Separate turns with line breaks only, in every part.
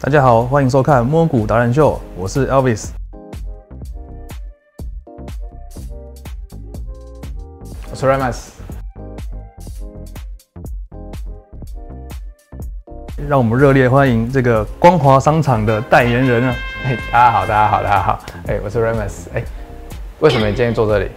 大家好，欢迎收看《摸骨达人秀》，我是 Elvis。我是 Ramas。让我们热烈欢迎这个光华商场的代言人啊！
哎，大家好，大家好，大家好。哎，我是 Remus。哎，为什么你今天坐这里？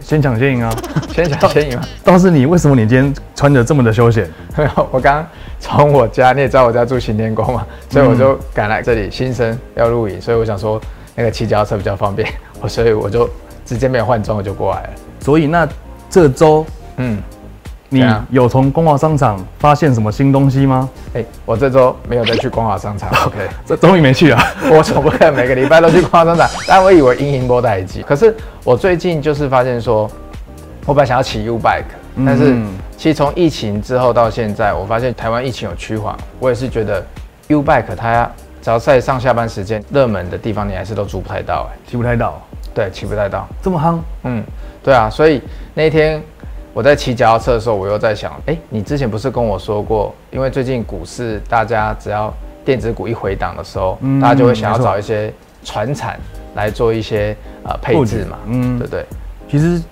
先抢先赢啊！
先讲先赢吗？
倒是你，为什么你今天穿着这么的休闲？
没有，我刚从我家，你也知道我家住行天宫嘛，所以我就赶来这里新生要露营，所以我想说那个骑脚踏车比较方便， 我所以我就直接没有换装我就过来了。
所以那这周
嗯，
你
对啊
有从光华商场发现什么新东西吗？
哎，我这周没有再去光华商场。OK。
这终于没 去啊！
我总不可能每个礼拜都去逛商场，但我以为阴影波带机。可是我最近就是发现说，我本来想要骑 U bike，但是
嗯
其实从疫情之后到现在，我发现台湾疫情有趋缓，我也是觉得 U bike 它只要在上下班时间热门的地方，你还是都租不太到、哎，
骑不太到，
对，骑不太到。
这么夯，
嗯，对啊，所以那一天我在骑脚踏车的时候，我又在想，哎、你之前不是跟我说过，因为最近股市大家只要电子股一回档的时候，
嗯
大家就会想要
没错
找一些船产来做一些呃配
布局
置嘛，
嗯
嗯，对不对？
其实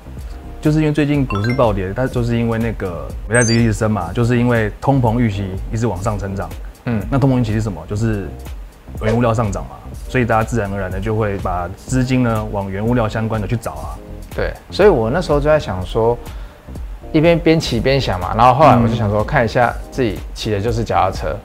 就是因为最近股市暴跌，它就是因为那个美债殖利率升嘛，就是因为通膨预期一直往上成长。
嗯
那通膨预期是什么？就是原物料上涨嘛，所以大家自然而然的就会把资金呢往原物料相关的去找啊。
对，所以我那时候就在想说，一边边骑边想嘛，然后后来我就想说，看一下自己骑的就是脚踏车。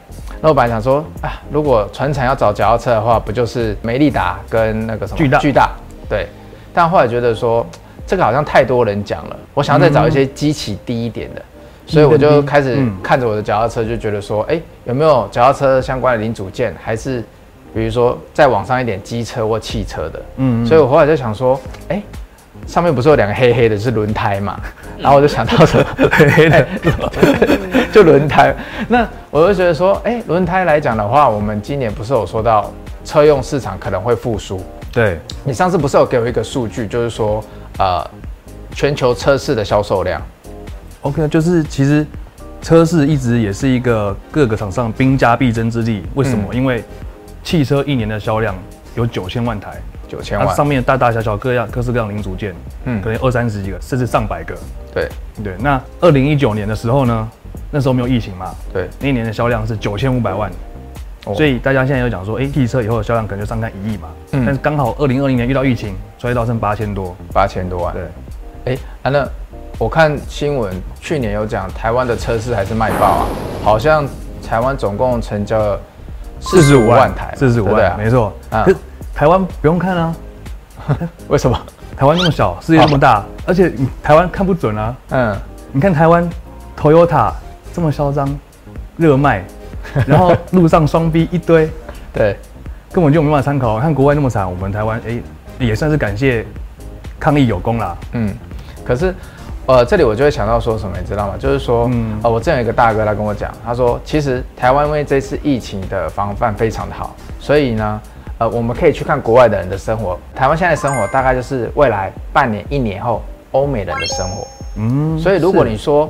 那我本来想说啊，如果船厂要找脚踏车的话，不就是美利达跟那个什么
巨大
巨大对，但后来觉得说这个好像太多人讲了，我想要再找一些基期低一点的，所以我就开始
嗯
看着我的脚踏车，就觉得说，哎、有没有脚踏车相关的零组件，还是比如说再往上一点机车或汽车的，
嗯
嗯
嗯
所以我后来就想说，哎、上面不是有两个黑黑的，是轮胎嘛？然后我就想到说，黑黑的，就轮胎。那我就觉得说，哎、轮胎来讲的话，我们今年不是有说到车用市场可能会复苏？
对，
你上次不是有给我一个数据，就是说，呃，全球车市的销售量，
OK，就是其实车市一直也是一个各个厂商兵家必争之地。为什么？因为汽车一年的销量有九千万台，
九千
它
万，
啊上面大大小小各样各式各样零组件，
嗯
可能二三十几个，甚至上百个。
对
对，那二零一九年的时候呢，那时候没有疫情嘛，
对，
那一年的销量是九千五百万。
哦
所以大家现在有讲说，哎、汽车以后的销量可能就上看一亿嘛，
嗯
但是刚好二零二零年遇到疫情，衰到剩八千多，
八千多万。
对，
哎、啊那我看新闻去年有讲台湾的车市还是卖爆啊，好像台湾总共成交了四十五万台嘛，
四十五
对不对
万，
啊
没错。
啊
可是台湾不用看啊，
为 什么？
台湾那么小，世界
啊
这么大，而且你台湾看不准啊。
嗯，
你看台湾 Toyota 这么嚣张，热卖，然后路上双 B 一堆，
对，
根本就没办法参考。看国外那么惨，我们台湾哎、也算是感谢抗疫有功啦。
嗯，可是。呃，这里我就会想到说什么，你知道吗？就是说，
嗯
呃，我之前有一个大哥他跟我讲，他说，其实台湾因为这次疫情的防范非常的好，所以呢，呃，我们可以去看国外的人的生活。台湾现在的生活大概就是未来半年、一年后欧美人的生活。
嗯，
所以如果
是
你说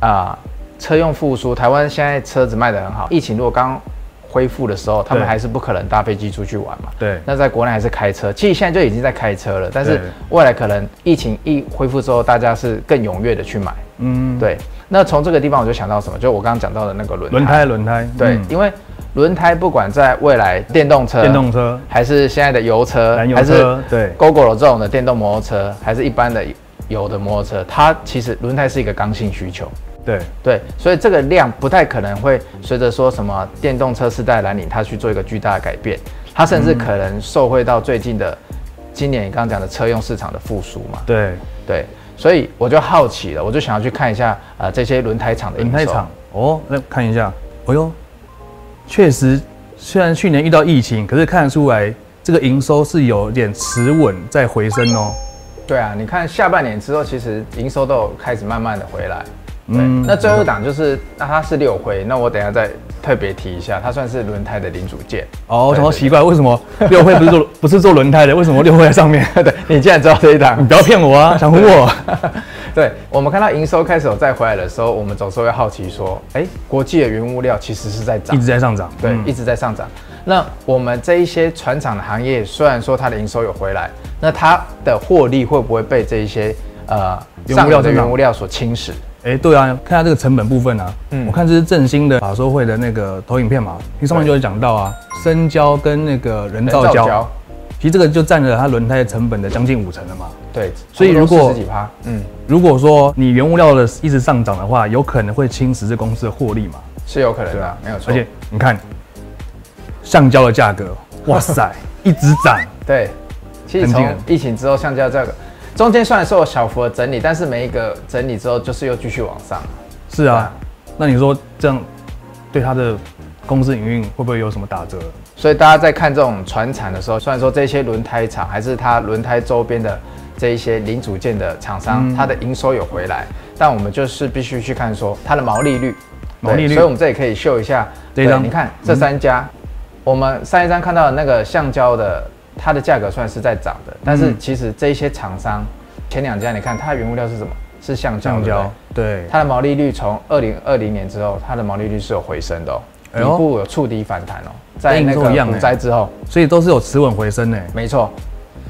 啊、车用复苏，台湾现在车子卖得很好，疫情如果刚恢复的时候，他们
对
还是不可能搭飞机出去玩嘛。
对
那在国内还是开车，其实现在就已经在开车了，但是
对
未来可能疫情一恢复之后，大家是更踊跃的去买。
嗯
对，那从这个地方我就想到什么，就我刚刚讲到的那个轮胎。
轮胎轮胎
对，啊
嗯
因为轮胎不管在未来电动车、
电动车
还是现在的油车，
燃油
还是
车对
GoGo 这种的电动摩托车，还是一般的油的摩托车，它其实轮胎是一个刚性需求。
对
对，所以这个量不太可能会随着说什么电动车世代来临，它去做一个巨大的改变，它甚至可能受惠到最近的今年你刚刚讲的车用市场的复苏嘛。
对
对，所以我就好奇了，我就想要去看一下呃这些轮胎厂的营
轮
收
胎厂。哦，那看一下，哎呦，确实，虽然去年遇到疫情，可是看得出来这个营收是有点持稳在回升哦。
对啊，你看下半年之后，其实营收都有开始慢慢的回来。对，
嗯
那最后一档就是，那它是六回，那我等一下再特别提一下，它算是轮胎的零组件。
哦，我
对
想到
对
奇怪，为什么六会不是做 不是做轮胎的？为什么六会在上面？
对，你竟然知道这一档
你，不要骗我啊，想唬我。
对，我们看到营收开始有再回来的时候，我们总是会好奇说，哎、国际的原物料其实是在涨
一直，在上涨，
对，
嗯
一直在上涨。那我们这一些船厂的行业，虽然说它的营收有回来，那它的获利会不会被这一些呃
原物料
上游的
增长
原物料所侵蚀？
哎、对啊，看下这个成本部分啊，
嗯
我看这是振兴的法说会的那个投影片嘛，其实上面就有讲到啊，生胶跟那个人造胶，其实这个就占了它轮胎成本的将近五成了嘛。
对，
所以如果
十几趴，嗯，
如果说你原物料的一直上涨的话，有可能会侵蚀这公司的获利嘛。
是有可能的，啊没有错。
而且你看，橡胶的价格，哇塞，一直涨，
对，其实
很惊
从
人
疫情之后，橡胶这个中间虽然说有小幅的整理，但是每一个整理之后，就是又继续往上。
是啊，那你说这样对它的公司营运会不会有什么打折？
所以大家在看这种船产的时候，虽然说这些轮胎厂还是它轮胎周边的这一些零组件的厂商，
嗯
它的营收有回来，但我们就是必须去看说它的毛利率。
毛利率
对所以我们这里可以秀一下
这一张嗯
对你看这三家，我们上一张看到的那个橡胶的，它的价格算是在涨的，但是
嗯
其实这一些厂商前两家，你看它的原物料是什么？是橡胶，
橡
对不对
胶，对，
它的毛利率从二零二零年之后，它的毛利率是有回升的哦，
哎
底
呦
部有触底反弹哦，在
跟
那
营收一
个
样哎
股灾之后，
所以都是有持稳回升呢。
没错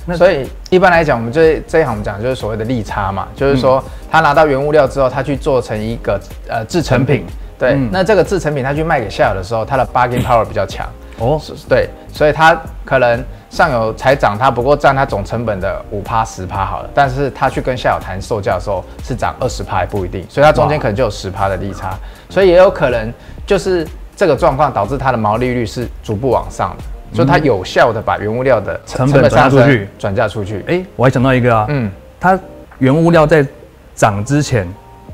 那。
所以一般来讲，我们这这一行我们讲就是所谓的利差嘛，就是说
嗯
他拿到原物料之后，他去做成一个呃制成品
成品，
对，
嗯
那这个制成品他去卖给下游的时候，它的 bargain power 比较强，
哦，
对，所以它可能上游才涨，它不过占它总成本的五趴十趴好了，但是它去跟下游谈售价的时候是涨二十趴也不一定，所以它中间
哇
可能就有十趴的利差，所以也有可能就是这个状况导致它的毛利率是逐步往上的，所以它有效的把原物料的
嗯成本转嫁出去
转嫁出去。
哎、我还想到一个啊，
嗯，
它原物料在涨之前，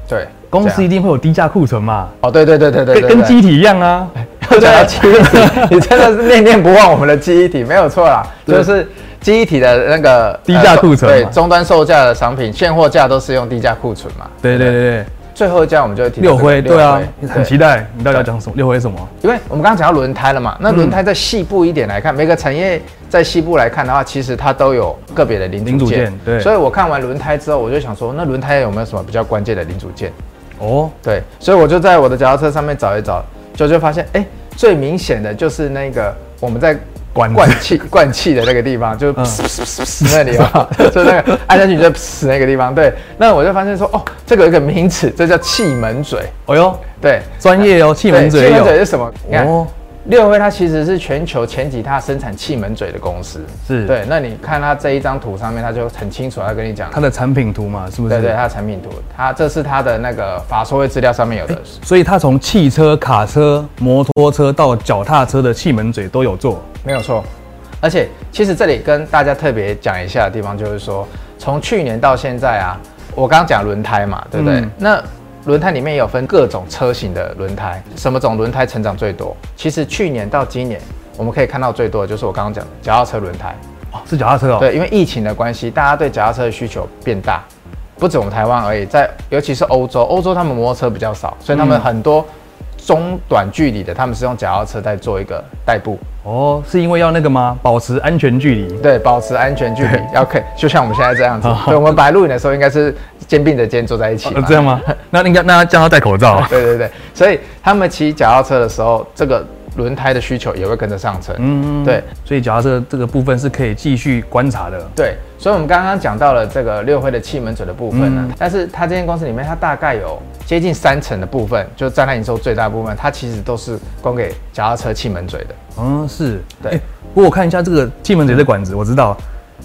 对，
公
这
司一
样
定会有低价库存嘛，
哦，对对对对对
跟
对
跟
对
机体一样啊。
对记忆 体，你真的是念念不忘我们的记忆体，没有错啦，
对
就是记忆体的那个呃
低价库存嘛
对，终端售价的商品，现货价都是用低价库存嘛。
对对对对，
最后一家我们就会提到
六
这
辉，
个
对啊，很期
对
待你到底要讲什么？六辉是什么？
因为我们刚刚讲到轮胎了嘛，
嗯
那轮胎在细部一点来看，每个产业在细部来看的话，其实它都有个别的零
零
组
组
件。
件对
所以我看完轮胎之后，我就想说，那轮胎有没有什么比较关键的零组件？
哦，
对，所以我就在我的脚踏车上面找一找，就就发现，哎、最明显的就是那个我们在
管子
灌气灌气的那个地方，就是
嗯
那里啊， 就那个按下去就噗那个地方。对，那我就发现说，哦，这个有一个名词，这叫气门嘴。
哎呦，
对，
专业哦，气
气
门嘴
气
也
门嘴
有。
是什么？你看，
哦，
六辉它其实是全球前几大生产气门嘴的公司。
是
对，那你看它这一张图上面，它就很清楚，它跟你讲，
它的产品图嘛，是不是？
对对，它的产品图，它这是它的那个法说会资料上面有的。
所以它从汽车、卡车、摩托车到脚踏车的气门嘴都有做。
没有错。而且，其实这里跟大家特别讲一下的地方，就是说，从去年到现在啊，我刚刚讲轮胎嘛，对不对？
嗯
那轮胎里面有分各种车型的轮胎，什么种轮胎成长最多？其实去年到今年，我们可以看到最多的就是我刚刚讲的脚踏车轮胎。
哦，是脚踏车哦。，
对，因为疫情的关系，大家对脚踏车的需求变大，不止我们台湾而已，在尤其是欧洲，欧洲他们摩托车比较少，所以他们
嗯
很多中短距离的，他们是用脚踏车在做一个代步。
哦，是因为要那个吗？保持安全距 离。
对，保持安全距离
对
要 k 就像我们现在这样子。
好
对，我们白录影的时候应该是肩并着肩坐在一起
呃
嘛。
这样 吗？那应该那这样要戴口罩。
对对对，所以他们骑脚踏车的时候，这个轮胎的需求也会跟着上升。
嗯，
对。
所以脚踏车这个部分是可以继续观察的。
对，所以我们刚刚讲到了这个六会的气门嘴的部分
嗯
呢，但是它这间公司里面，它大概有接近三成的部分，就占它营收最大部分，它其实都是供给脚踏车气门嘴的。
嗯，是。
对
哎不过我看一下这个气门嘴的管子，我知道，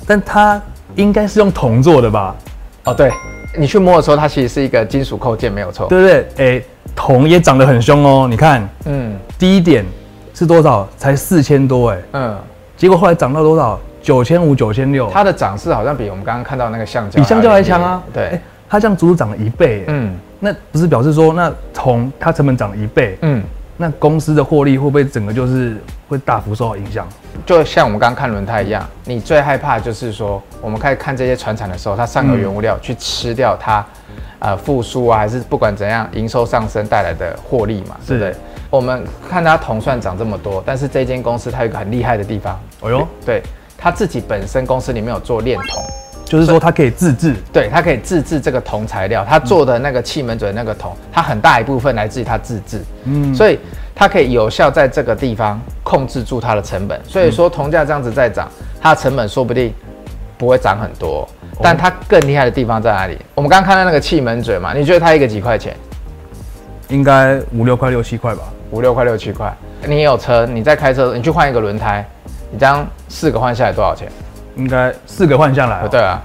但它应该是用铜做的吧？
哦，对，你去摸的时候，它其实是一个金属扣件，没有错。
对不对？哎，铜也涨得很凶哦。你看
嗯
第一点是多少？才四千多哎，
嗯，
结果后来涨到多少？九千五、九千六，
它的涨势好像比我们刚刚看到那个橡胶
比橡胶还强啊
还。对。
哎它这样足足涨了一倍。哎
嗯
那不是表示说，那铜它成本涨了一倍，
嗯，
那公司的获利会不会整个就是会大幅受到影响？
就像我们刚刚看轮胎一样，你最害怕就是说，我们开始看这些船产的时候，它上游原物料去吃掉它，呃，复苏啊，还是不管怎样营收上升带来的获利嘛，对
是
不对？我们看它铜算涨这么多，但是这间公司它有一个很厉害的地方，
哎呦，
对，它自己本身公司里面有做炼铜，
就是说它可以自制，
对，它可以自制这个铜材料，它做的那个气门嘴那个铜，它很大一部分来自于它自制，
嗯，
所以它可以有效在这个地方控制住它的成
嗯
本。所以说铜价这样子在涨，它的成本说不定不会涨很多。
哦
但它更厉害的地方在哪里？我们刚刚看到那个气门嘴嘛，你觉得它一个几块钱？
应该五六块六七块吧。
五六块六七块。你有车，你在开车，你去换一个轮胎，你这样四个换下来多少钱？
应该四个换下来、
不
哦，
对啊，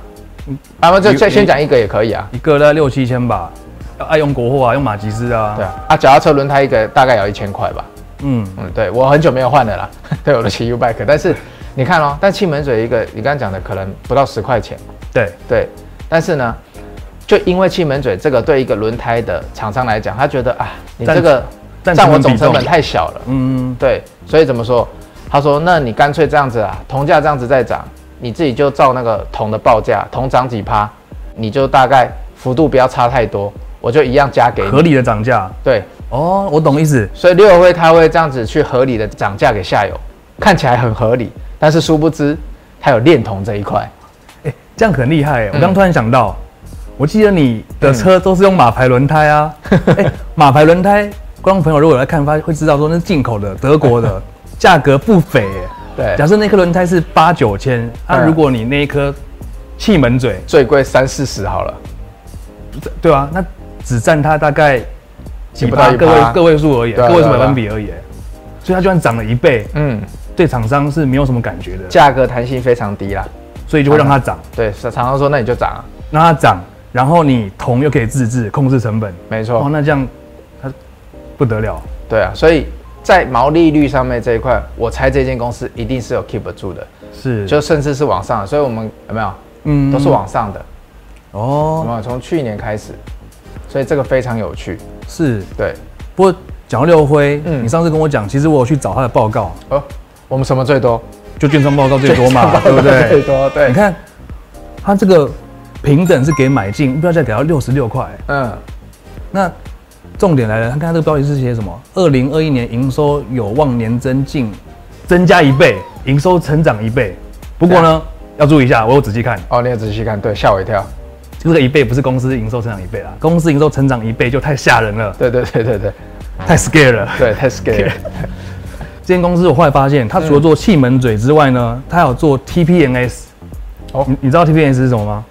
啊不，就
你
先先
你
讲一个也可以啊。
一个大概六七千吧，要爱用国货啊，用马吉斯啊，
对，啊，啊，脚踏车轮胎一个大概要一千块吧。
嗯，
嗯，对我很久没有换了啦， 对我的骑 U bike，但是你看哦，但气门嘴一个，你刚刚讲的可能不到十块钱，
对，
对，但是呢，就因为气门嘴这个对一个轮胎的厂商来讲，他觉得啊，你
占
这个
占
占我
成
总
本比
成本
重
太小了，
嗯，
对，所以怎么说？他说，那你干脆这样子啊，铜价这样子再涨，你自己就照那个铜的报价，铜涨几趴，你就大概幅度不要差太多，我就一样加给
合
你，
理的涨价。
对，
哦，我懂意思，
所以六合会它会这样子去合理的涨价给下游，看起来很合理，但是殊不知它有炼铜这一块。
这样很厉害耶。
嗯
我刚突然想到，我记得你的车都是用马牌轮胎啊，
嗯
哎、马牌轮胎，观众朋友如果有来看，发会知道说那是进口的，德国 的，价格不菲耶。
对，
假设那颗轮胎是八九千，那、
哎嗯
如果你那一颗气门嘴，
最贵三四十好了，
对啊，那只占它大概几
也不到
趴
一
个
趴
位个位数而已，
对啊
个位数
对啊
百分比而已耶，所以它就算涨了一倍，
嗯，
对厂商是没有什么感觉的，
价格弹性非常低啦。
所以就会让它涨，
对，常常说那你就涨啊，
让它涨，然后你铜又可以自制，控制成本，
没
哇，
错，
那这样它不得了，
对啊，所以在毛利率上面这一块，我猜这间公司一定是有 keep 住的，
是
就甚至是往上的，所以我们有没有
嗯
都是往上的，有
哦
没有从去年开始，所以这个非常有趣，
是，
对，
不过讲到六辉，
嗯
你上次跟我讲，其实我有去找他的报告，
哦，我们什么最多？
就券商报告最多嘛， 对不
最
对？
多， 对
你，看他这个平等是给买进，目标价给到六十六块。
嗯。
那重点来了，他看他这个标题是写什么？二零二一年营收有望年增进，增加一倍，营收成长一倍。不过呢，要注意一下，我有仔细看，
哦，你有仔细看，对，吓我一跳。
这个一倍不是公司营收成长一倍啦，公司营收成长一倍就太吓人了，
对对对对对
太 scare 了。
对，太 scary 了。
这间公司我后来发现，它除了做气门嘴之外呢，它还有做 TPNS。
哦
哦，你你知道 TPNS 是什么吗？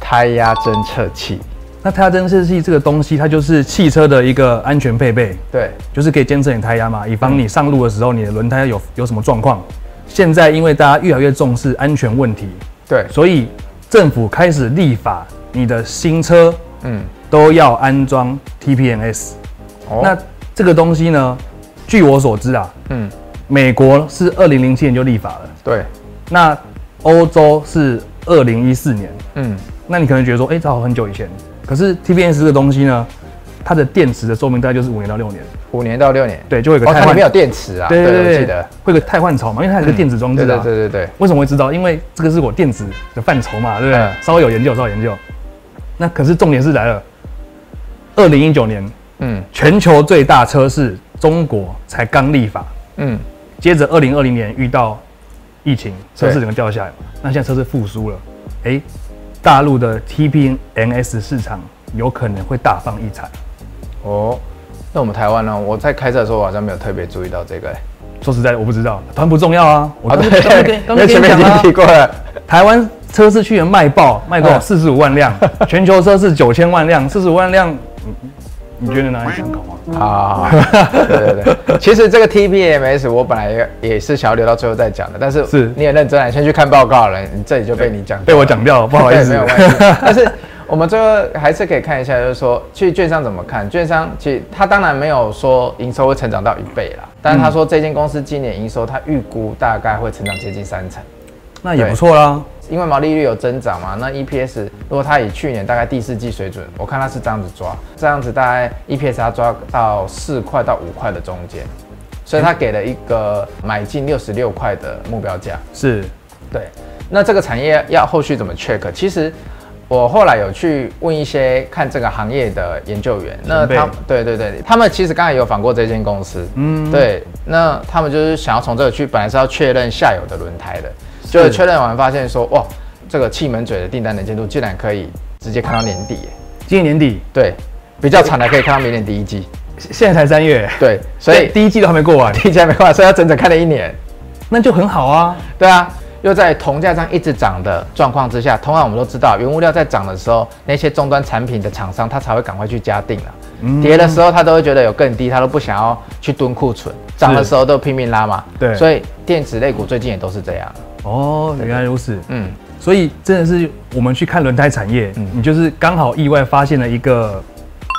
胎压侦测器，
那胎压侦测器这个东西，它就是汽车的一个安全配备。
对，
就是可以监测你胎压嘛，以防
嗯
你上路的时候你的轮胎有有什么状况。现在因为大家越来越重视安全问题，
对，
所以政府开始立法，你的新车
嗯，
都要安装 TPNS。
哦
那这个东西呢，据我所知啊，
嗯，
美国是二零零七年就立法了，
对，
那欧洲是二零一四年。
嗯，
那你可能觉得说，哎、这好像很久以前，可是 TPNS 这个东西呢，它的电池的寿命大概就是五年到六年，
五年到六年。
对，就会有一个
哦，它
汰
里
换
面有电池啊，
对对
我
对，
记得。
会有个汰换槽嘛，因为它有一个电子装置
对
啊。
对对对对，
为什么会知道？因为这个是我电子的范畴嘛，对不对？
嗯
稍微有研究，稍微有研究。那可是重点是来了，二零一九年
嗯
全球最大车市中国才刚立法，
嗯，
接着二零二零年遇到疫情，车市
对
整个掉下来嘛，那现在车市复苏了，哎，大陆的 TPNS 市场有可能会大放异彩。
哦，那我们台湾呢？我在开车的时候，我好像没有特别注意到这个。
说实在的，我不知道，反正不重要啊。我
啊，
刚
对
刚刚刚跟，刚
因
刚
为前
跟你讲
面已
了
经
啊
提过了。
台湾车市去年卖爆，卖多少？
嗯
四十五万 辆，全球车市九千万辆，四十五万辆，你你你觉得哪里想搞吗？
啊，对对对，其实这个 TPMS 我本来也也是想要留到最后再讲的，但是
是
你也认真了，你先去看报告了，你这里就被你讲掉了
被我讲 掉了，不好意
对，
思
没有。关系。但是我们最后还是可以看一下，就是说，其实券商怎么看？券商其实他当然没有说营收会成长到一倍啦，但是他说这间公司今年营收他预估大概会成长接近三成，
那也不错啦，
因为毛利率有增长嘛。那 EPS 如果它以去年大概第四季水准，我看它是这样子抓，这样子大概 EPS 它抓到四块到五块的中间，所以它给了一个买进六十六块的目标价。
是
对，那这个产业要后续怎么 check？其实我后来有去问一些看这个行业的研究员，那
前辈
他对对对，他们其实刚才有访过这间公司，嗯，
嗯
对，那他们就是想要从这个去，本来是要确认下游的轮胎的，就是确认完发现说，哇，这个气门嘴的订单能见度竟然可以直接看到年底耶，
今年年底，
对，比较惨的可以看到明年第一季，
现在才三月，
对，所以
第一季都还没过 完，
听起来没办法，所以要整整看了一年，
那就很好啊。
对啊，又在铜价上一直涨的状况之下，通常我们都知道，原物料在涨的时候，那些终端产品的厂商他才会赶快去加定了、跌的时候他都会觉得有更低，他都不想要去蹲库存，涨的时候都拼命拉嘛。
对
所以电子类股最近也都是这样。啊
哦，原来如此。
嗯，
所以真的是我们去看轮胎产业，你就是刚好意外发现了一个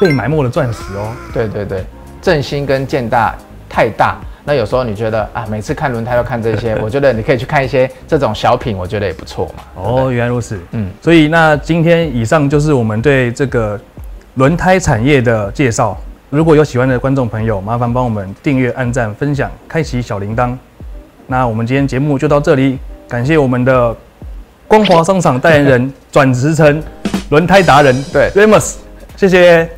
被埋没的钻石哦。
对对对，振兴跟建大太大。那有时候你觉得啊，每次看轮胎都看这 些，我觉得你可以去看一些这种小品，我觉得也不错嘛。
哦，原来如此。嗯
嗯，
所以那今天以上就是我们对这个轮胎产业的介绍。如果有喜欢的观众朋友，麻烦帮我们订阅、按赞、分享、开启小铃铛。那我们今天节目就到这里，感谢我们的光华商场代言人转职成轮胎达人
对
Remus，谢谢。